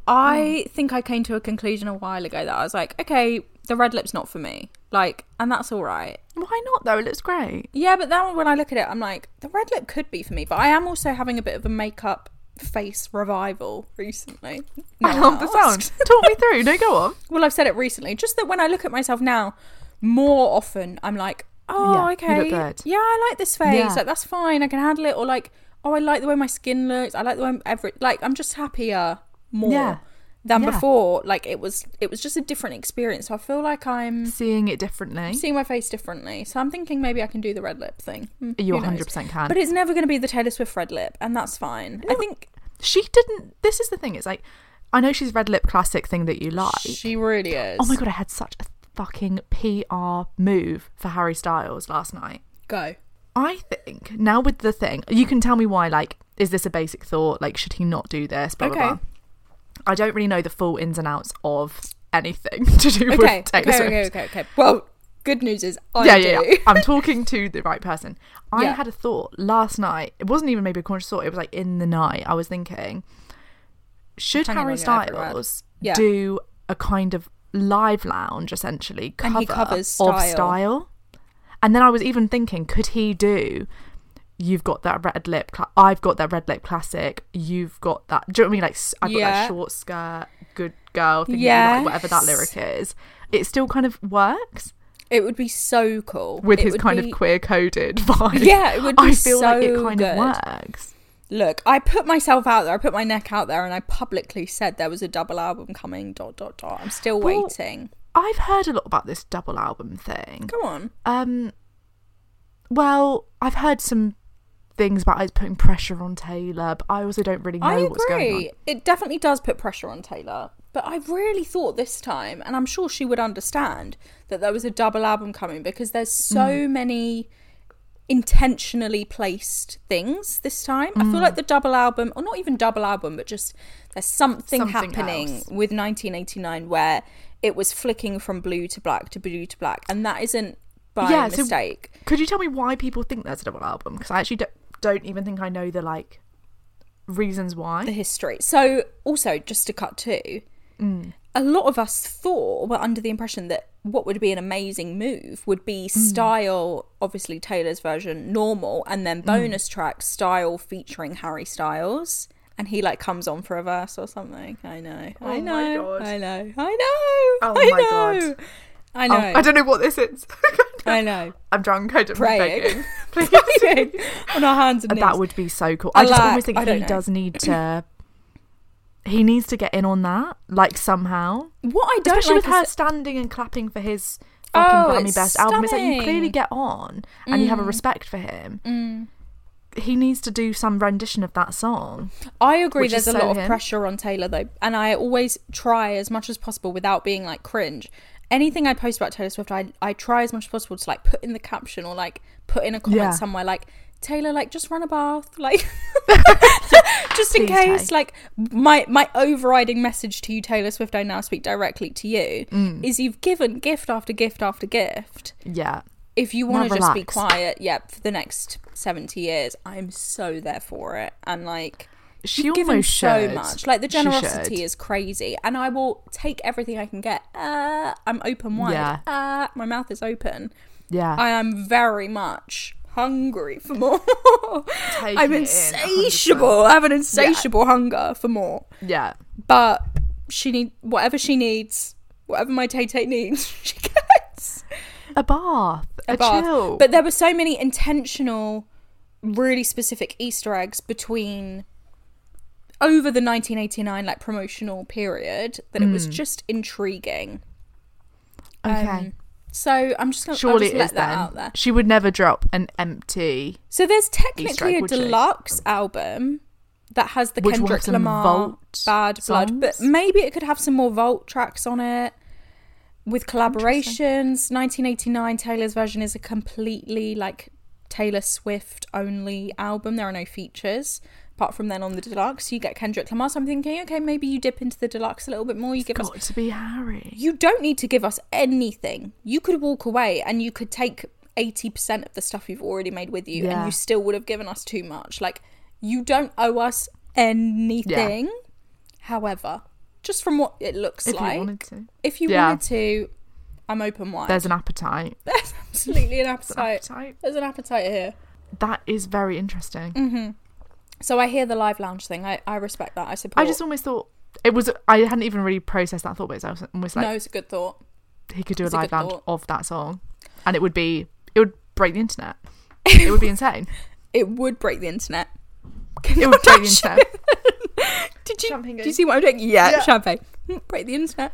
B: Mm. i think i came to a conclusion a while ago that i was like okay the red lip's not for me like and that's all right
A: Why not though? It looks great.
B: yeah but then when i look at it i'm like the red lip could be for me but i am also having a bit of a makeup face revival recently No
A: I
B: one
A: love the sound.
B: asked.
A: Talk me through. No, go on.
B: Well, I've said it recently. Just that when I look at myself now, more often I'm like, oh,
A: Yeah, you look
B: okay,
A: good.
B: yeah, I like this face.
A: Yeah.
B: Like that's fine. I can handle it. Or like, oh, I like the way my skin looks. I like the way I'm every like I'm just happier more
A: Yeah.
B: than
A: Yeah.
B: before. Like it was, it was just a different experience. So I feel like I'm
A: Seeing it differently.
B: seeing my face differently. So I'm thinking maybe I can do the red lip thing. Hmm,
A: You
B: who knows?
A: 100% can.
B: But it's never going to be the Taylor Swift red lip, and that's fine. I think
A: she didn't this is the thing it's like i know she's red lip classic thing that you like
B: she really is.
A: oh my god i had such a fucking pr move for harry styles last night
B: go.
A: i think now with the thing you can tell me why like is this a basic thought like should he not do this blah blah
B: Okay.
A: blah i don't really know the full ins and outs of anything to do
B: Okay,
A: with
B: okay,
A: taylor
B: okay,
A: Swift.
B: okay, okay. Well, Good news is I
A: yeah,
B: do.
A: yeah, yeah. I'm talking to the right person. I
B: Yeah.
A: had a thought last night. It wasn't even maybe a conscious thought. It was like in the night. I was thinking, should
B: Hang on,
A: Harry
B: I know every word.
A: Styles
B: Yeah.
A: do a kind of live lounge, essentially
B: And
A: cover
B: he covers
A: of
B: Style.
A: style? And then I was even thinking, could he do? You've got that red lip. Cla- I've got that red lip classic. You've got that. Do you know what I mean? Like s- I've got
B: Yeah.
A: that short skirt, good girl. Thing that you like, whatever that
B: Yes.
A: lyric is, it still kind of works
B: It would be so cool
A: with
B: It
A: his
B: would
A: kind
B: be-
A: of queer coded vibe.
B: Yeah, it would be
A: I feel like it
B: so
A: kind of
B: good.
A: works.
B: Look, I put myself out there. I put my neck out there, and I publicly said there was a double album coming. Dot dot dot. I'm still
A: Well-
B: waiting.
A: I've heard a lot about this double album thing.
B: Go on.
A: Um, well, I've heard some things about it putting pressure on Taylor, but I also don't really know
B: I agree.
A: what's going on.
B: It definitely does put pressure on Taylor. But I really thought this time, and I'm sure she would understand, that there was a double album coming because there's
A: Hmm.
B: so many intentionally placed things this time. I
A: Hmm.
B: feel like the double album, or not even double album, but just there's something,
A: Something
B: happening
A: else.
B: with 1989 where it was flicking from blue to black to blue to black, and that isn't by
A: Yeah, so-
B: mistake.
A: Could you tell me why people think there's a double album? Because I actually don't, don't even think I know the like reasons
B: the
A: why.
B: history. So, also, just to cut to, a lot of us thought, were under the impression that what would be an amazing move would
A: Mm.
B: be style, obviously Taylor's version, normal, and
A: Mm.
B: then bonus track style featuring Harry Styles. And he like comes on for a verse or something. I know. I
A: Oh my
B: know.
A: God.
B: I know. I know.
A: Oh
B: I
A: my
B: know.
A: God.
B: I
A: Oh,
B: know.
A: I don't know what this is.
B: I know.
A: I'm drunk. I don't
B: Praying.
A: begging. Please.
B: on our hands and
A: And
B: knees.
A: that would be so cool. I just
B: Alack,
A: almost think
B: I don't
A: he
B: know.
A: does need to. He needs to get in on that, like somehow.
B: what I don't
A: Especially
B: like
A: with her
B: is-
A: standing and clapping for his fucking
B: Oh,
A: Grammy
B: it's
A: Best album. It's like you clearly
B: stunning. Mm.
A: get on and you have a respect for him. He needs to do some rendition of that song.
B: I agree.
A: which is
B: There's a
A: so
B: lot of
A: him.
B: pressure on Taylor though, and I always try as much as possible without being like cringe. Anything I post about Taylor Swift, I I try as much as possible to like put in the caption or like put in a comment
A: Yeah.
B: somewhere like Taylor like just run a bath like just in
A: Please, Tay.
B: case like my my overriding message to you Taylor Swift I now speak directly to you
A: Mm.
B: is you've given gift after gift after gift
A: Yeah.
B: if you want
A: Now
B: to just be
A: relax.
B: quiet yeah for the next 70 years I'm so there for it and like
A: She
B: given
A: almost
B: so
A: should.
B: much. Like the
A: She should.
B: generosity is crazy, and I will take everything I can get. Uh, I'm open wide.
A: Yeah.
B: Uh, my mouth is open.
A: Yeah.
B: I am very much hungry for more.
A: Taking
B: I'm
A: it in,
B: insatiable. I have an insatiable hunger for more.
A: yeah.
B: But she need whatever she needs, whatever my Tay Tay needs, she gets
A: A bath. A,
B: bath.
A: chill.
B: But there were so many intentional, really specific Easter eggs between over the 1989 like promotional period that it was just intriguing.
A: Mm. okay.
B: um, So I'm just gonna I'll
A: Surely
B: just
A: it
B: let
A: is
B: that
A: then.
B: out there.
A: She would never drop an empty
B: So there's
A: Easter egg,
B: technically a
A: would she?
B: deluxe album that has the
A: Which will have
B: Kendrick
A: some
B: Lamar
A: Vault
B: Bad Blood, but
A: songs?
B: maybe it could have some more Vault tracks on it with collaborations. 1989 Taylor's version is a completely like Taylor Swift only album. There are no features apart from then on the deluxe. You get Kendrick Lamar. So I'm thinking, okay, maybe you dip into the deluxe a little bit more. You give us
A: got to be Harry.
B: you don't need to give us anything. You could walk away and you could take 80% of the stuff you've already made with you and
A: Yeah.
B: you still would have given us too much. Like, you don't owe us anything. However, just from what it looks
A: If you
B: like,
A: wanted to.
B: if you
A: Yeah.
B: wanted to, I'm open wide.
A: There's an appetite.
B: There's absolutely an appetite.
A: appetite.
B: There's an appetite here.
A: That is very interesting.
B: Mm. So I hear the live lounge thing. I, I respect that. I support.
A: I just almost thought it was. I hadn't even really processed that thought, but I was almost like
B: no, it's a good thought.
A: he could do a
B: it's a
A: live
B: good
A: band
B: thought.
A: of that song, and it would be it would break the internet. It would be insane.
B: It would break the internet.
A: It would break the internet.
B: Did you?
A: Champagne
B: Do you
A: goes.
B: see what I'm doing? Yeah, champagne. Hmm, Break the internet.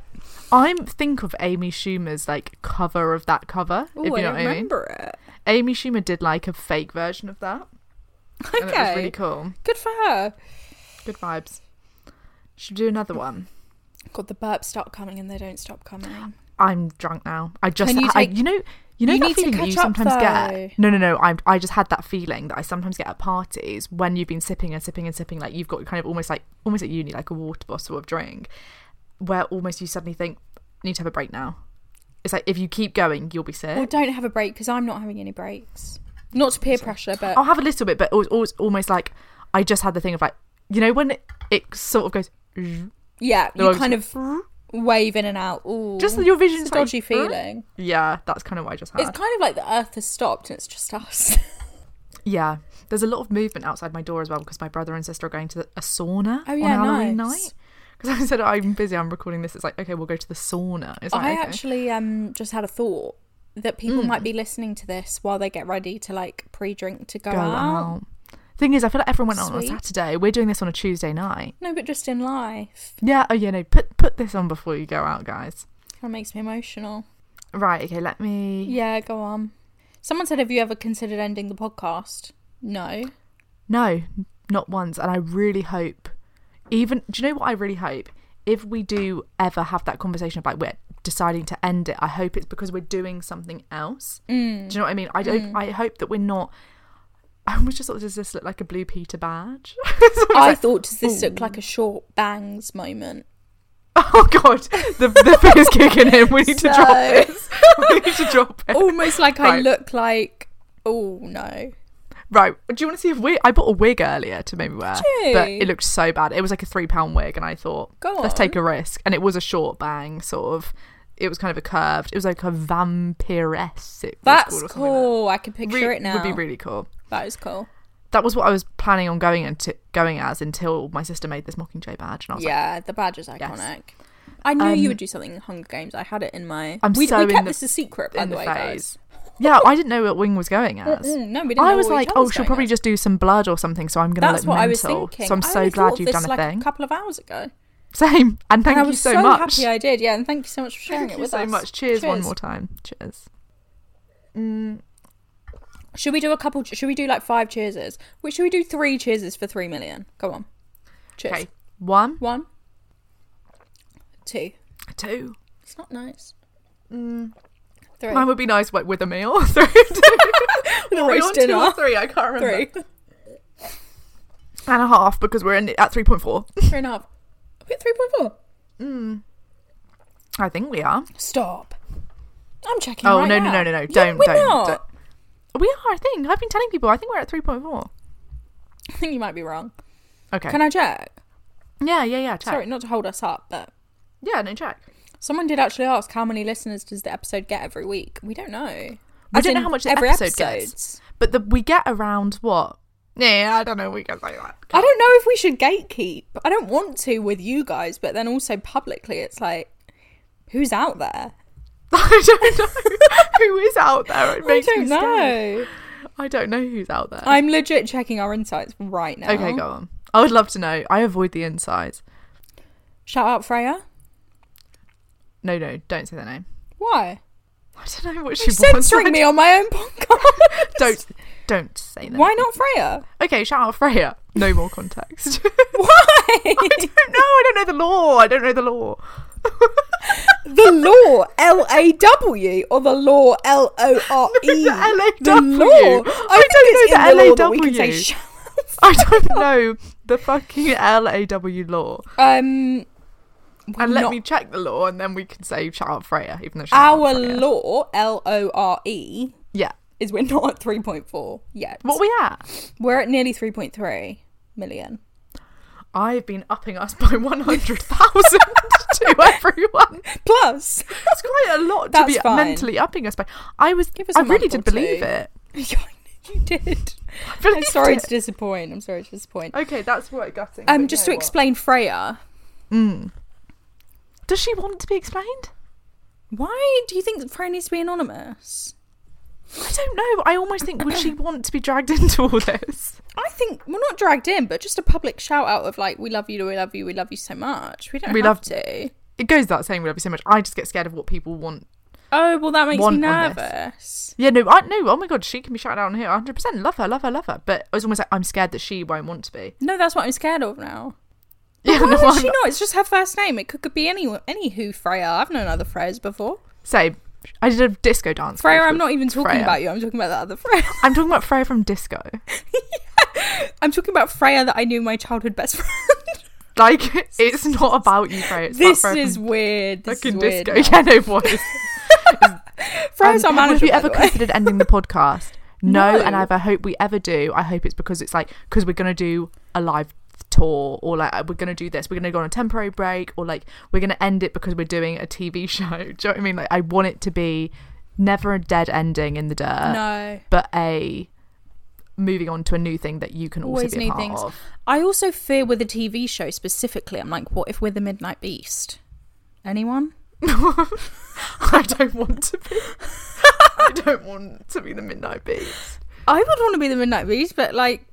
A: I'm think of Amy Schumer's like cover of that cover.
B: Oh,
A: if you
B: I
A: know
B: don't
A: what I mean.
B: remember it.
A: Amy Schumer did like a fake version of that,
B: Okay.
A: and it was really cool.
B: Good for her.
A: Good vibes. Should we do another one.
B: God, the burps stop coming and they don't stop coming.
A: I'm drunk now. I just,
B: Can you
A: you,
B: take-
A: I, you know, you know
B: You
A: that
B: need to
A: feeling that you
B: catch up,
A: sometimes
B: though.
A: get. No, no, no. I, I just had that feeling that I sometimes get at parties when you've been sipping and sipping and sipping, like you've got kind of almost like almost at uni, like a water bottle of drink, where almost you suddenly think need to have a break now. It's like if you keep going, you'll be sick.
B: Well, don't have a break because I'm not having any breaks. Not to peer pressure, but
A: I'll have a little bit, but it was always almost like I just had the thing of like, you know, when it, it sort of goes, "Zh."
B: yeah,
A: No, I
B: you
A: was-
B: kind of wave in and out. Ooh,
A: Just your vision's
B: it's a dodgy
A: like,
B: feeling.
A: yeah, that's kind of what I just had.
B: It's kind of like the Earth has stopped and it's just us.
A: yeah, there's a lot of movement outside my door as well because my brother and sister are going to the, a sauna
B: Oh, yeah,
A: on Halloween
B: nice.
A: night. Because I said I'm busy, I'm recording this. It's like okay, we'll go to the sauna. It's like
B: I
A: okay. Hmm.
B: actually um just had a thought that people might be listening to this while they get ready to like pre-drink to go,
A: go
B: out.
A: out. Thing is, I feel like everyone went out on a
B: Sweet.
A: Saturday. We're doing this on a Tuesday night.
B: No, but just in life,
A: Yeah. Oh yeah. No. Put put this on before you go out, guys.
B: kind of makes me emotional.
A: Right. Okay. Let me.
B: Yeah, go on. Someone said, "Have you ever considered ending the podcast?" No.
A: No, not once. And I really hope, even, do you know what I really hope? If we do ever have that conversation about we're deciding to end it, I hope it's because we're doing something else. Do you know what I mean? I don't. I hope that we're not. I almost just thought, does this look like a Blue Peter badge? It's almost
B: I
A: like-
B: thought, does this look like a short bangs moment?
A: oh god, the the thing is kicking in. We need to drop
B: So-
A: this. We need to drop it.
B: Almost like I
A: Right.
B: look like. Oh no!
A: Right. Do you want to see if we? I bought a wig earlier to maybe wear,
B: you?
A: but it looked so bad. It was like a three pound wig, and I thought,
B: Go
A: let's
B: on.
A: take a risk. And it was a short bang, sort of. It was kind of a curved. It was like a vampiress. It was
B: That's
A: called or something like
B: cool. I can
A: that.
B: picture
A: Re-
B: it now.
A: Would be really cool.
B: that is cool.
A: That was what I was planning on going into going as until my sister made this Mockingjay badge, and I was like, Um,
B: Yeah, the badge is iconic. I knew you would do something in Hunger Games. I had it in my.
A: I'm
B: we,
A: so
B: we
A: in
B: kept
A: the-
B: this a secret, by
A: in
B: the
A: the
B: way,
A: phase.
B: guys.
A: yeah, I didn't know what wing was going as.
B: Mm, no, we didn't.
A: I
B: know
A: was
B: what we
A: like,
B: done
A: oh,
B: was
A: she'll
B: going
A: probably
B: on.
A: just do some blood or something, so I'm gonna
B: That's
A: look
B: what
A: mental.
B: I was thinking.
A: So I'm
B: I
A: so
B: only
A: glad
B: thought
A: you've
B: this
A: done a
B: like
A: thing.
B: A couple of hours ago.
A: Same, and thank
B: and I
A: you
B: was
A: so, much.
B: happy I did. Yeah, and thank you so much for sharing
A: Thank
B: it
A: you
B: with
A: so
B: us.
A: much. Cheers, one more time. Cheers.
B: Should we do a couple? Should we do like five cheerses? Wait, should we do three cheerses for three million? Go on. Cheers.
A: Okay, one,
B: One, two.
A: two.
B: It's not nice. Three.
A: Mm. Mine would be nice like, with a meal. Three, two.
B: The
A: Are we on
B: roast
A: two or
B: dinner.
A: three? I can't remember.
B: Three.
A: And a half because we're in at three point four.
B: Three and a half. Are we at three point four.
A: I think we are.
B: Stop. I'm checking.
A: Oh
B: right
A: no, no
B: now.
A: no no no!
B: Yeah,
A: Don't
B: we're
A: don't,
B: not.
A: don't. We are. I think I've been telling people. I think we're at three point four.
B: I think you might be wrong.
A: Okay.
B: Can I check?
A: Yeah yeah yeah. Check.
B: Sorry, not to hold us up, but
A: Yeah no check.
B: someone did actually ask how many listeners does the episode get every week. We don't know.
A: We
B: As
A: don't know
B: in
A: how much the
B: every
A: episode
B: episodes.
A: gets, but the, we get around what? Yeah, I don't know. We get like that.
B: I don't know if we should gatekeep. I don't want to with you guys, but then also publicly, it's like, who's out there?
A: I don't know who is out there. It
B: I
A: makes
B: don't
A: me scared.
B: know.
A: I don't know who's out there.
B: I'm legit checking our insights right now.
A: Okay, go on. I would love to know. I avoid the insides.
B: Shout out Freya.
A: No, no, don't say the name.
B: Why?
A: I don't know what she
B: She's
A: wants. I
B: censoring me on my own podcast.
A: Don't, don't say that.
B: Why not Freya?
A: Okay, shout out Freya. No more context.
B: Why?
A: I don't know. I don't know the law. I don't know the law.
B: The law, L A W, or the law, L O R E.
A: No, the LAW.
B: The law.
A: I
B: I, think it's
A: don't
B: in
A: know the
B: the law that we can say
A: LAW.
B: sh-
A: I don't know the fucking L A W law.
B: Um, we're
A: And let
B: not-
A: me check the law, and then we can say shout out Freya, even though she's not
B: Our
A: Freya.
B: law, L O R E,
A: Yeah.
B: is we're not at 3.4 yet.
A: What we at?
B: We're at nearly 3.3 million.
A: I've been upping us by one hundred thousand to everyone.
B: Plus,
A: That's quite a lot to
B: That's
A: be
B: fine.
A: mentally upping us by. I was,
B: Give us
A: I
B: a
A: really
B: month
A: did
B: or
A: believe
B: two.
A: it.
B: Yeah, I know you did. I'm
A: Believed
B: sorry
A: it.
B: to disappoint. I'm sorry to disappoint.
A: Okay, that's what gutting.
B: Um,
A: but
B: just to
A: you know what?
B: explain Freya,
A: does she want to be explained?
B: why do you think Freya needs to be anonymous?
A: I don't know. I almost think would she want to be dragged into all this?
B: I think we're not dragged in, but just a public shout out of like, "We love you, we love you, we love you so much." We don't
A: We
B: have
A: love-
B: to.
A: It goes without saying. We love you so much. I just get scared of what people want.
B: Oh well, that makes me
A: Want on this.
B: nervous.
A: Yeah, no, I no. Oh my god, she can be shut down here. Hundred percent. Love her. Love her. Love her. But I was almost like I'm scared that she won't want to be.
B: No, that's what I'm scared of now.
A: Yeah,
B: Why
A: no,
B: would
A: I'm
B: she not? It's just her first name. It could, could be any any who Freya. I've known other Freyas before.
A: Same. I did a disco dance.
B: Freya,
A: course
B: I'm
A: with
B: not even talking
A: Freya.
B: about you. I'm talking about that other Freya.
A: I'm talking about Freya from disco.
B: I'm talking about Freya that I knew my childhood best friend.
A: Like it's not about you, Freya. It's
B: this
A: about Freya
B: is
A: from
B: weird. This
A: Fucking
B: is weird
A: disco.
B: now.
A: Yeah, no, boys.
B: Fries
A: Um,
B: are
A: Have you
B: manageable. by
A: ever
B: the way.
A: considered ending the podcast? No,
B: No.
A: and I, I hope we ever do. I hope it's because it's like because we're gonna do a live tour or like we're gonna do this. We're gonna go on a temporary break or like we're gonna end it because we're doing a TV show. Do you know what I mean? Like I want it to be never a dead ending in the dirt,
B: No.
A: but a moving on to a new thing that you can also
B: Always
A: be a
B: need
A: part
B: things.
A: of.
B: I also fear with a TV show specifically. I'm like, what if we're the Midnight Beast? Anyone?
A: I don't want to be. I don't want to be the Midnight Beast.
B: I would want to be the Midnight Beast, but like,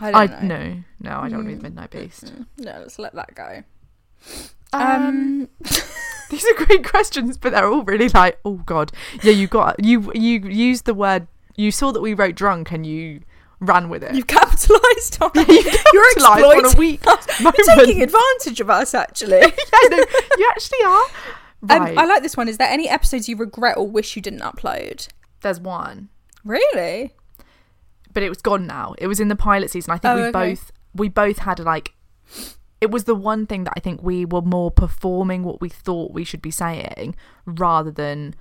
B: I
A: I,
B: don't know. Mm.
A: no, no, I don't want to be the Midnight Beast.
B: No, let's let that go.
A: Um, these are great questions, but they're all really like, oh god, yeah, you got you you used the word you saw that we wrote drunk and you ran with it.
B: You've capitalised on it. You're
A: capitalised on a
B: exploiting
A: weak
B: us. You're
A: moment.
B: taking advantage of us, actually.
A: I know, you actually are. Right.
B: um, I like this one. Is there any episodes you regret or wish you didn't upload?
A: There's one,
B: Really?
A: but it was gone now. It was in the pilot season. I think
B: Oh,
A: we
B: okay.
A: both we both had like. It was the one thing that I think we were more performing what we thought we should be saying rather than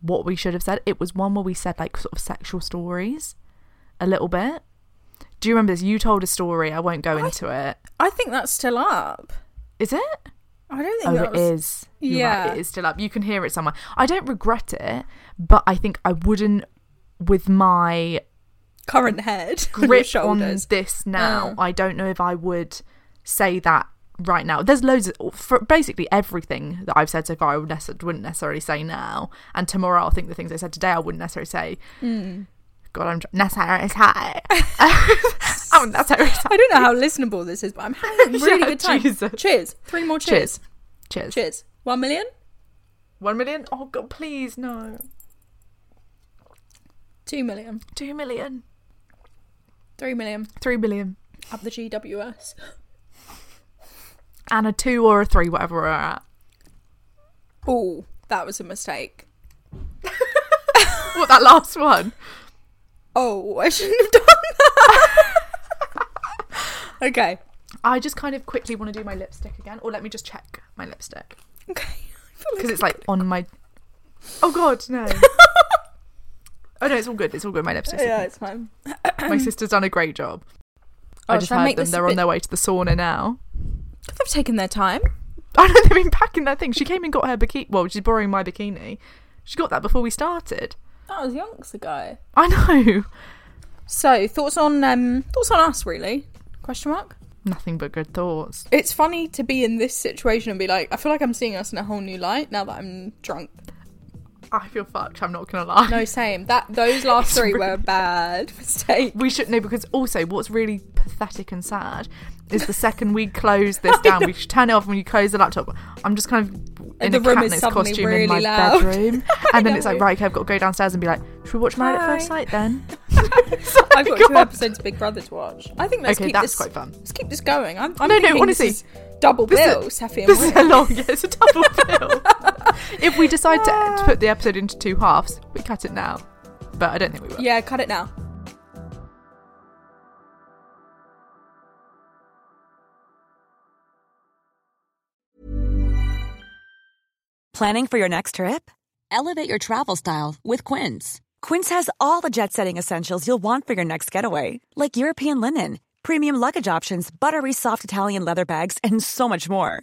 A: what we should have said. It was one where we said like sort of sexual stories a little bit. Do you remember this? You told a story. I won't go into it.
B: I think that's still up.
A: Is it?
B: I don't
A: Oh,
B: think that
A: it
B: was...
A: is. You're right,
B: Yeah.
A: it is still up. You can hear it somewhere. I don't regret it, but I think I wouldn't, with my
B: Current head. on your
A: grip on
B: shoulders.
A: this now, I don't know if I would say that right now. There's loads of for basically everything that I've said so far. I would nece- wouldn't necessarily say now, and tomorrow I'll think the things I said today I wouldn't necessarily say.
B: Mm.
A: God, I'm dr- necessarily say. I'm necessarily say.
B: I don't know how listenable this is, but I'm having a really
A: Yeah,
B: good time.
A: Jesus.
B: Cheers. Three more cheers.
A: Cheers. Cheers.
B: Cheers. One million?
A: One million? Oh God, please no.
B: Two million.
A: Two million.
B: Three million.
A: Three million.
B: Up the GWS.
A: And a two or a three, whatever we're at.
B: Oh, that was a mistake.
A: What that last one?
B: Oh, I shouldn't have done that. okay.
A: I just kind of quickly want to do my lipstick again, or let me just check my lipstick.
B: Okay.
A: because it's like on my. Oh God, no! oh no, it's all good. It's all good. My lipstick's
B: Yeah,
A: yeah,
B: it's fine.
A: My sister's done a great job.
B: Oh,
A: I just
B: should I
A: heard
B: make
A: them.
B: this a
A: They're on
B: bit-
A: their way to the sauna now.
B: They've taken their time.
A: I know they've been packing their things. She came and got her bikini. Well, she's borrowing my bikini. She got that before we started.
B: That was yonks ago.
A: I know.
B: So thoughts on um thoughts on us really? Question mark.
A: Nothing but good thoughts.
B: It's funny to be in this situation and be like, I feel like I'm seeing us in a whole new light now that I'm drunk.
A: I feel fucked. I'm not gonna lie.
B: No, same. That those last
A: It's
B: three
A: really-
B: were a bad mistake.
A: We should know because also what's really pathetic and sad is the second we close this down, we should turn it off when you close the laptop. I'm just kind of in
B: And the
A: a
B: room is
A: Katniss
B: suddenly
A: costume
B: really
A: in my
B: loud.
A: bedroom, and then it's like
B: know.
A: right, okay, I've got to go downstairs and be like, should we watch Married at
B: Hi.
A: First Sight then?
B: I've got two
A: God.
B: episodes of Big Brother to watch. I think let's
A: Okay,
B: keep
A: that's
B: this
A: quite fun.
B: Let's keep this going. I'm, I'm
A: No, no,
B: thinking
A: honestly,
B: this is double
A: this is-
B: bill, Safi and
A: This is a
B: Will.
A: long, yeah, it's a double bill. if we decide to, to put the episode into two halves, we cut it now, but I don't think we will.
B: Yeah, cut it now.
D: Planning for your next trip? Elevate your travel style with Quince. Quince has all the jet setting essentials you'll want for your next getaway, like European linen, premium luggage options, buttery soft Italian leather bags, and so much more.